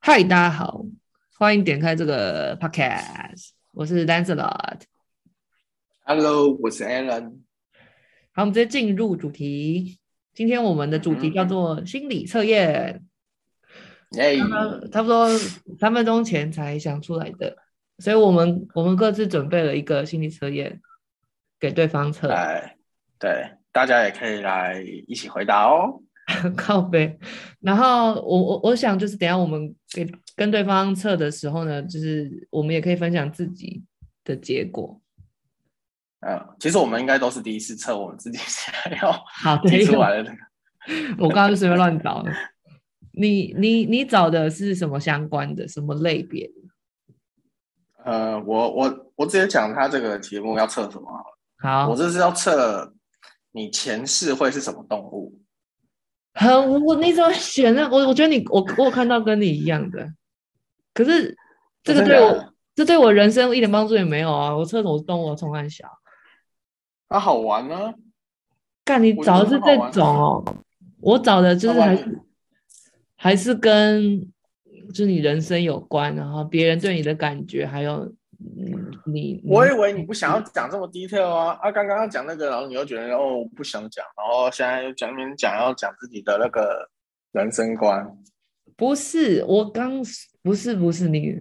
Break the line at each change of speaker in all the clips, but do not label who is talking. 嗨，大家好，欢迎点开这个 podcast，我是 Lancelot。
Hello，我是 Alan。
好，我们直接进入主题。今天我们的主题叫做心理测验，
耶、
呃差不多三分钟前才想出来的，所以我们我们各自准备了一个心理测验给对方测。
哎，对，大家也可以来一起回答哦。
靠背。然后我我我想就是等一下我们给跟对方测的时候呢，就是我们也可以分享自己的结果。
嗯，其实我们应该都是第一次测我们自己想要
好， 对
提，出来的那个。
我刚刚就随便乱找的。你你你找的是什么相关的什么类别？
呃，我我我直接讲他这个题目要测什么好了。
好
我，这是要测你前世会是什么动物。
很我你怎么选呢？我我觉得你我我有看到跟你一样的，可是这个
真
对
的啊
我这对我人生一点帮助也没有啊！我厕所动我从很小，
啊，好玩呢、
干你
我觉
找的
得
是
很好
这
玩啊
种哦，我找的就是
好
还
玩啊
是还是跟就是你人生有关，然后别人对你的感觉，还有嗯你
我以为你不想要讲这么 detail 啊，啊，刚刚要讲那个，然后你又觉得哦我不想讲，然后现在又讲明讲要讲自己的那个人生观。
不是，我刚不是不是你，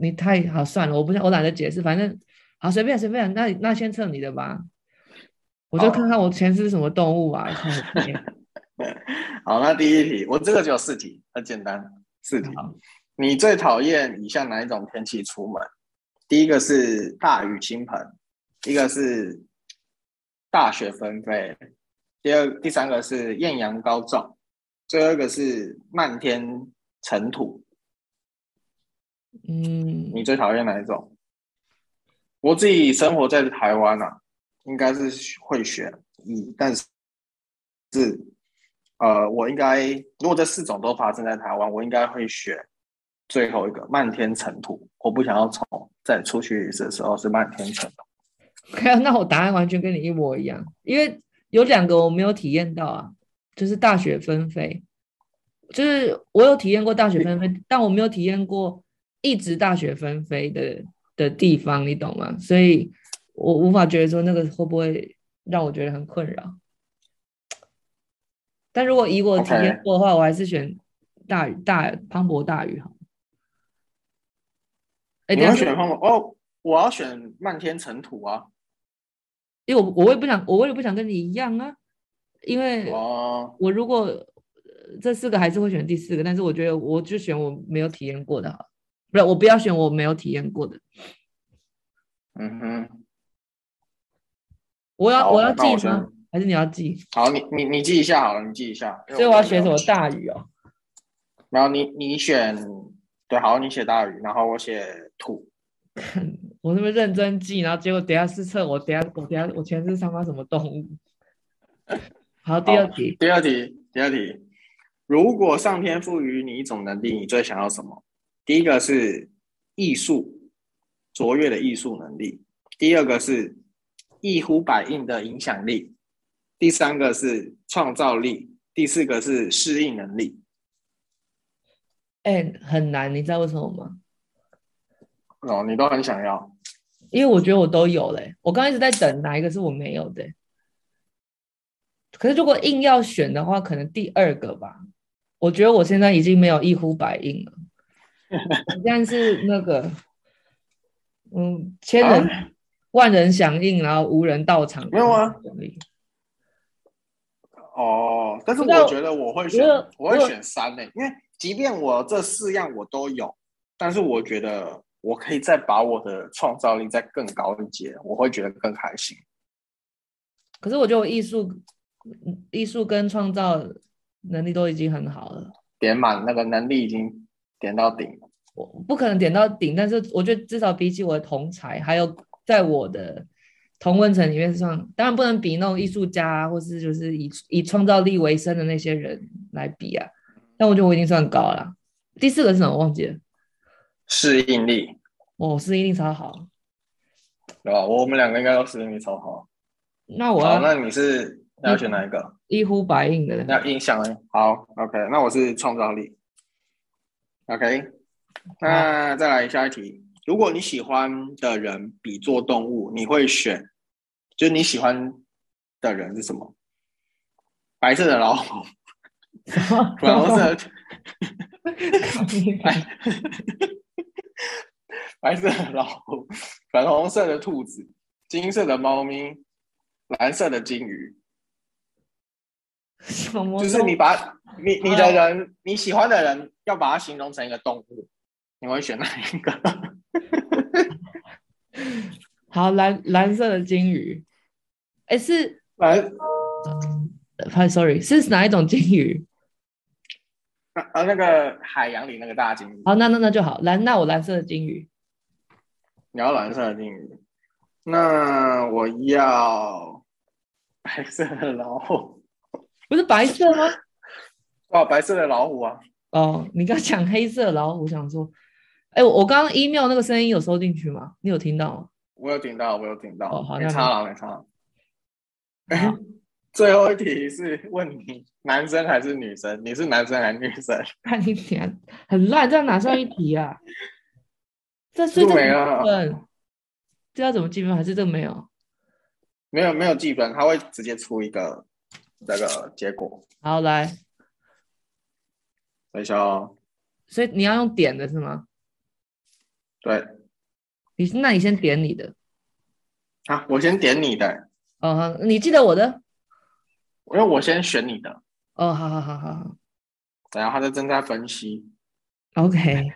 你太好算了，我不想，我懒得解释，反正好随便随便，那那先测你的吧，我就
好
看看我前世是什么动物啊。靠北
好，那第一题，我这个只有四题，很简单，四题。
好
你最讨厌以下哪一种天气出门？第一个是大雨倾盆，一个是大雪纷飞，第二、第三个是艳阳高照，最后一个是漫天尘土。
嗯，
你最讨厌哪一种？我自己生活在台湾啊，应该是会选一，但是是呃，我应该如果这四种都发生在台湾，我应该会选最后一个漫天尘土。我不想要从在出去的时候是漫天尘土。
还有， 那我答案完全跟你一模一样，因为有两个我没有体验到啊，就是大雪纷飞，就是我有体验过大雪纷飞，但我没有体验过一直大雪纷飞的的地方，你懂吗？所以我无法觉得说那个会不会让我觉得很困扰。但如果以我体验
OK
过的话，我还是选大雨大磅礴大雨好了。哎、
你
等一
会
下
选风哦？我要选漫天尘土啊！
因为我我也不想，我也不想跟你一样啊，因为
哦，
我如果呃这四个还是会选第四个，但是我觉得我就选我没有体验过的好了，不是我不要选我没有体验过的，
嗯哼，
我要
好
我要
那我
记吗
选？
还是你要记？
好，你你你记一下好了，你记一下。因为
所以我要
没有
选什么大雨哦？
然后你你选对，好，你写大雨，然后我写土。
我那么认真记，然后结果等一下试测我等一下我等一下我前世他妈什么动物？ 好，第二题，
第二题，第二题，如果上天赋予你一种能力，你最想要什么？第一个是艺术，卓越的艺术能力；第二个是一呼百应的影响力；第三个是创造力；第四个是适应能力。
哎、很难，你知道为什么吗？
哦，你都很想要。
因为我觉得我都有嘞、我刚刚一直在等哪一个是我没有的欸、可是如果硬要选的话，可能第二个吧。我觉得我现在已经没有一呼百应了，我现在是那个，嗯，千人、万人响应，然后无人到场。
啊没有啊，哦，但是
不知道
我觉得我会选
我有，
我
我有
会选三类，因为即便我这四样我都有，但是我觉得我可以再把我的创造力再更高一阶，我会觉得更开心。
可是我觉得我艺术、嗯艺术跟创造能力都已经很好了。
点满那个能力已经点到顶了。
我不可能点到顶，但是我觉得至少比起我的同才，还有在我的同温层里面上，当然不能比那种艺术家、啊、或是就是以以创造力为生的那些人来比啊。但我觉得我已经算高了啦。第四个是什么？我忘记了。
适应力，
我、是一定超好。
对吧？我们两个应该都适应力超好。
那我啊
好，
要
那你是你要选哪一个？
一呼百应的。
要印象力。好，OK，那我是创造力。OK，那再来下一题，如果你喜欢的人比作动物，你会选，就是你喜欢的人是什么？白色的老虎， 粉 红色的， 白白色的老虎，粉红色的兔子，金色的猫咪，蓝色的金鱼。
什么动物？
就是你把你你的人你喜欢的人，要把它形容成一个动物，你会选哪一个？
好蓝蓝色的金鱼，哎是，
蓝
哎 sorry 是哪一种金鱼？
那呃那个海洋里那个大金鱼，
好，那那那就好，蓝那我蓝色的金鱼，
你要蓝色的金鱼，那我要白色的老虎，
不是白色吗？
哦，白色的老虎啊，
哦，你刚讲黑色的老虎，想说，哎、我我刚刚 email 那个声音有收进去吗？你有听到吗？
我有顶到，我有顶到，
哦好
没
那
差了，没差了。
好
最后一题是问你男生还是女生？你是男生还是女生？
看你点很烂，这样哪算一题啊？这所以这
入围
怎
了
么分？这要怎么计分？还是这没有？
没有没有计分，他会直接出一个那个结果。
好，来，
等一下哦，
所以你要用点的是吗？
对，
你那你先点你的，
啊，我先点你的，
哦，好你记得我的，
因为我先选你的，
哦，好好好好好
然后他就正在分析。
，OK。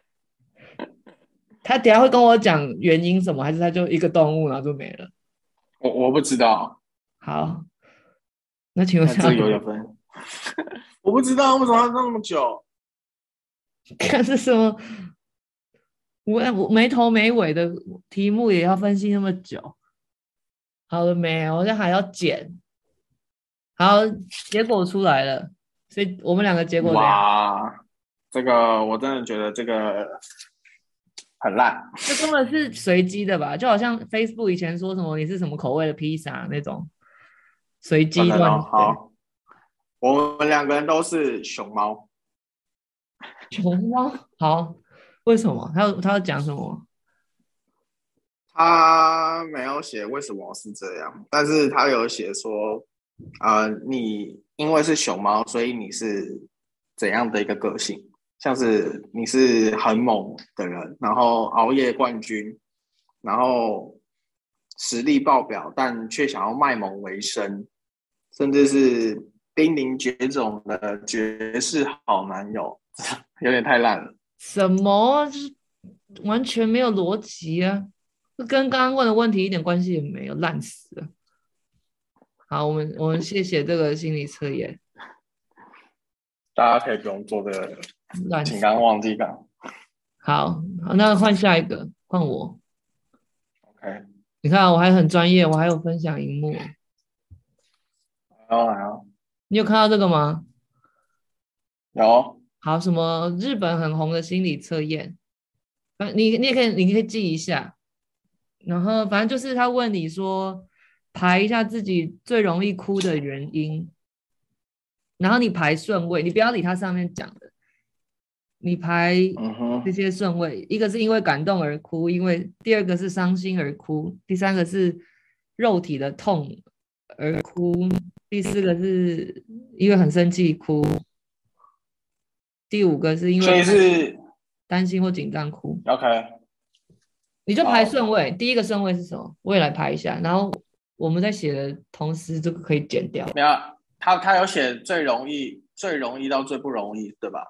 他等一下会跟我讲原因什么，还是他就一个动物然后就没了？
我我不知道，啊
好，那请问
那这
他
个有点分， 我不知道为什么要那么久。
看是什么？我我没头没尾的题目也要分析那么久。好了没？我现在还要剪。好，结果出来了，所以我们两个结果怎样
哇，这个我真的觉得这个很烂。
这根本是随机的吧？就好像 Facebook 以前说什么你是什么口味的披萨那种随机
真的
乱
哦
选
好，我们两个人都是熊猫，
熊猫好，为什么？他要他要讲什么？
他没有写为什么是这样，但是他有写说，呃，你因为是熊猫，所以你是怎样的一个个性？像是你是很猛的人，然后熬夜冠军，然后实力爆表，但却想要卖萌为生，甚至是濒临绝种的绝世好男友， 有点太烂了。
什么？就是完全没有逻辑啊！这跟刚刚问的问题一点关系也没有，烂死了。好，我们我们谢谢这个心理测验，
大家可以不用做这个，
烂
请
死。
刚忘记刚。
好，好那换下一个，换我。
OK。
你看，啊我还很专业，我还有分享荧幕。
然后然后
你有看到这个吗？
有
好，什么日本很红的心理测验，反你你也可以，你可以记一下。然后反正就是他问你说，排一下自己最容易哭的原因，然后你排顺位，你不要理他上面讲的，你排这
嗯哼，
些顺位，一个是因为感动而哭，因为第二个是伤心而哭，第三个是肉体的痛而哭，第四个是因为很生气哭，第五个是因
所以
为
是
担心或紧张哭。
OK，
你就排
好
顺位，第一个顺位是什么？我也来排一下，然后我们在写的同时，这个可以剪掉。
没有他他有写最容易最容易到最不容易，对吧？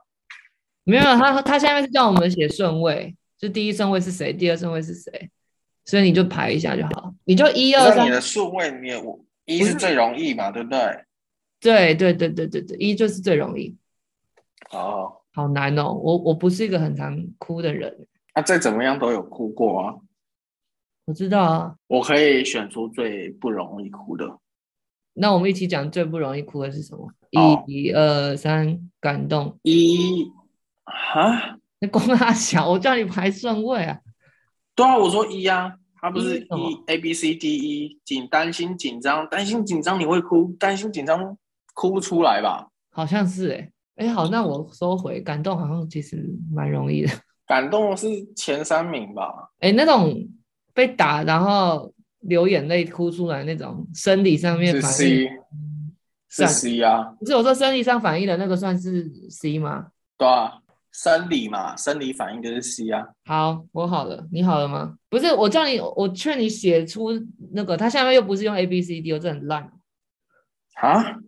没有，啊他他下面是叫我们写顺位，就第一顺位是谁，第二顺位是谁，所以你就排一下就好，你就一二
那
三
你。的顺位你也我一
啊不是
是最容易嘛，对不对？
对对对对对对，一就是最容易，
哦，
好难哦。我我不是一个很常哭的人，
那再怎么样都有哭过啊。
我知道啊。
我可以选出最不容易哭的，
那我们一起讲最不容易哭的是什么？
哦
一、二、三，感动。
一啊，
那光他小，我叫你排顺位啊。
对啊，我说一啊，他不是
一是什么
一 A B C D E，紧担心紧张，担心紧张你会哭，担心紧张哭不出来吧？
好像是哎、欸、哎、好，那我收回感动，好像其实蛮容易的。
感动是前三名吧？
哎，那种被打然后流眼泪哭出来那种生理上面
是
反应，
C，是 C 啊，
不是我说生理上反应的那个算是 C 吗？
对啊，生理嘛，生理反应就是 C 啊。
好，我好了，你好了吗？不是，我叫你，我劝你写出那个，它下面又不是用 A B C D，我这很烂。
啊？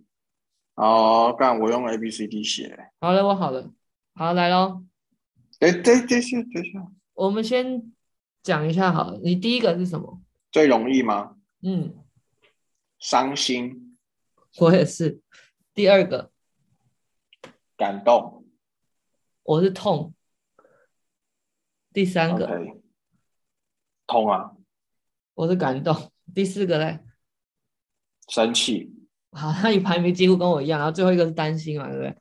哦，干，我用 A B C D 写。
好了，我好了，好来喽，
哎，对，对，是，对，是
我们先讲一下好了，你第一个是什么？
最容易吗？
嗯，
伤心、
我也是。第二个
感动。
我是痛。第三个
OK，痛啊，
我是感动。第四个嘞，
生气。
好，那你排名几乎跟我一样，然后最后一个是担心嘛，对不对？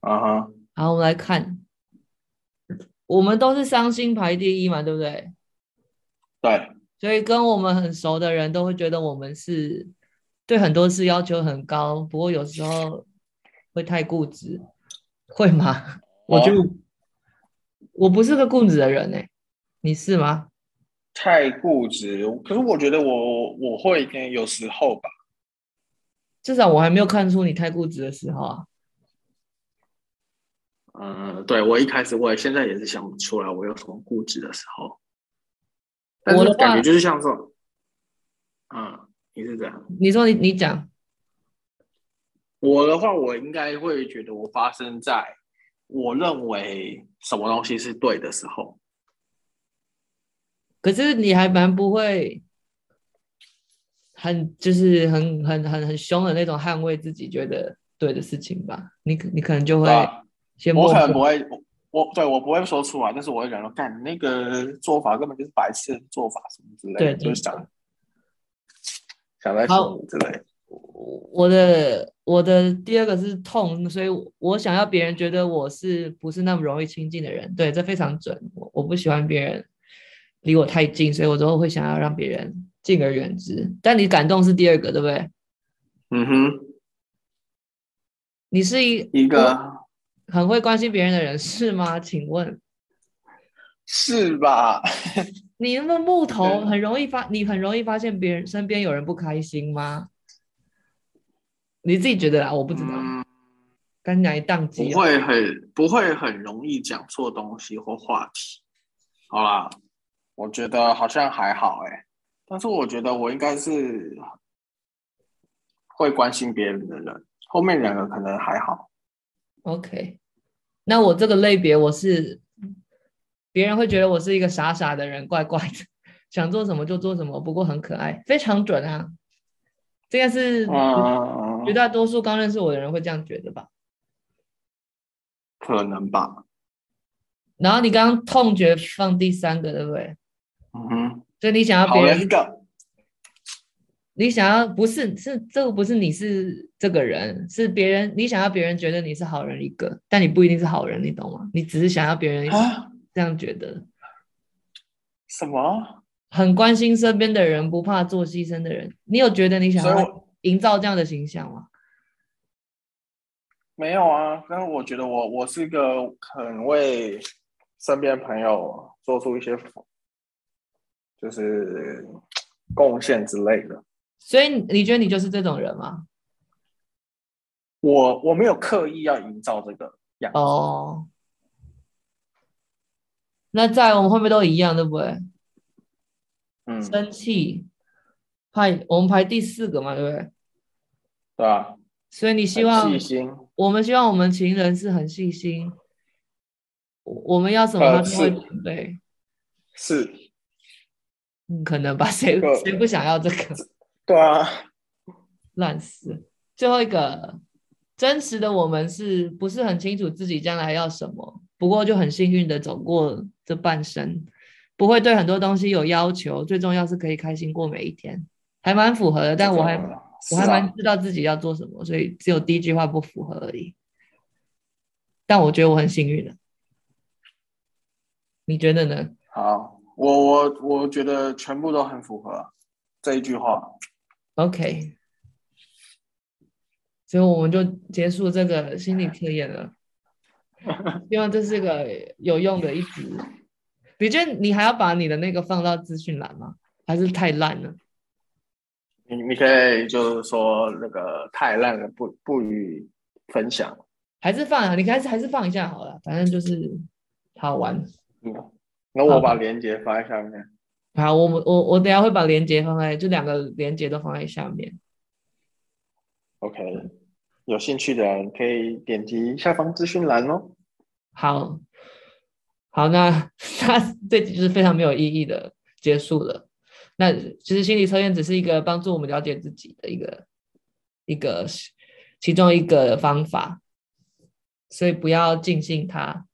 嗯哼，
好，我们来看，我们都是伤心排第一嘛，对不对？
对，
所以跟我们很熟的人都会觉得我们是对很多事要求很高，不过有时候会太固执，会吗？ 我就、
哦
我不是个固执的人哎、你是吗？
太固执。可是我觉得我我会一点，有时候吧。
至少我还没有看出你太固执的时候啊。
嗯，对，我一开始我也现在也是想不出来我有什么固执的时候，但
我
是
的
感
话
觉就是像这种，嗯，你是这样。
你说你你讲，
我的话，我应该会觉得我发生在我认为什么东西是对的时候。
可是你还蛮不会很就是很很很很凶的那种捍卫自己觉得对的事情吧？你可你可能就会
对啊
先
我
默
可
默
能不会，我我对我不会说出来，但是我会想说，干那个做法根本就是白痴的做法什么之类的，
对
就
对
是想想在
好
说之类的。
我我的我的第二个是痛，所以我想要别人觉得我是不是那么容易亲近的人？对，这非常准。我我不喜欢别人离我太近，所以我都会想要让别人敬而远之。但你感动是第二个，对不对？
嗯哼，
你是一
一个
很会关心别人的人是吗？请问
是吧？
你那么木头，
对
很容易发，你很容易发现别人身边有人不开心吗？你自己觉得啦，我不知道。
嗯，
刚才宕
不
机了，
会很不会很容易讲错东西或话题。好啦，我觉得好像还好哎、但是我觉得我应该是会关心别人的人，后面两个可能还好。
OK，那我这个类别我是，别人会觉得我是一个傻傻的人，怪怪的，想做什么就做什么，不过很可爱，非常准啊。这个是
嗯，
绝大多数刚认识我的人会这样觉得吧？
可能吧。
然后你刚刚痛觉放第三个，对不对？
嗯哼，
所以你想要
好
别
了一
人，
个，
你想要不是是这个不是你是这个人，是别人，你想要别人觉得你是好人一个，但你不一定是好人，你懂吗？你只是想要别人
啊？
这样觉得。
什么？
很关心身边的人，不怕做牺牲的人。你有觉得你想
所以
要
我
营造这样的形象吗？
没有啊。但是我觉得我我是个很为身边朋友做出一些就是贡献之类的。
所以你觉得你就是这种人吗？
我我没有刻意要营造这个样子。
哦，那在我们会不会都一样，对不对？
嗯，
生气，排我们排第四个嘛，对不对？
对吧？
所以你希
很
望
细心，
我们希望我们情人是很细心，我我们要什么
呃
他都会
是
准备。
是，
嗯，可能吧，谁
这个
谁不想要这个？
对啊，
烂死。最后一个，真实的我们是不是很清楚自己将来要什么？不过就很幸运的走过这半生，不会对很多东西有要求，最重要是可以开心过每一天，还蛮符合 的。但我还
这个
我
是
还
啊
蛮知道自己要做什么，所以只有第一句话不符合而已。但我觉得我很幸运的，你觉得呢？
好。我我我觉得全部都很符合这一句话。
OK，所以我们就结束这个心理测验了。希望这是个有用的一集。你觉得你还要把你的那个放到资讯栏吗？还是太烂了？
你你可以就是说那个太烂了，不不予分享。
还是放啊？你还是还是放一下好了，反正就是好玩。
嗯，那我把链接发在下面。
好，我们我我等一下会把链接放在，就两个链接都放在下面。
OK，有兴趣的人可以点击下方资讯栏哦。
好，好，那那这集就是非常没有意义的结束了。那其实心理测验只是一个帮助我们了解自己的一个一个其中一个方法，所以不要尽信它。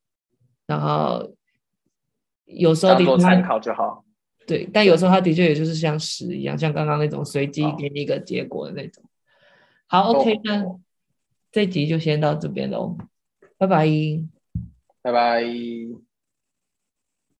然后有时候
当
的
做
确
参考就好。
对，但有时候它的确也就是像屎一样，像刚刚那种随机
好
给你一个结果的那种。好，OK，、
哦
那这集就先到这边喽，拜拜。
拜拜。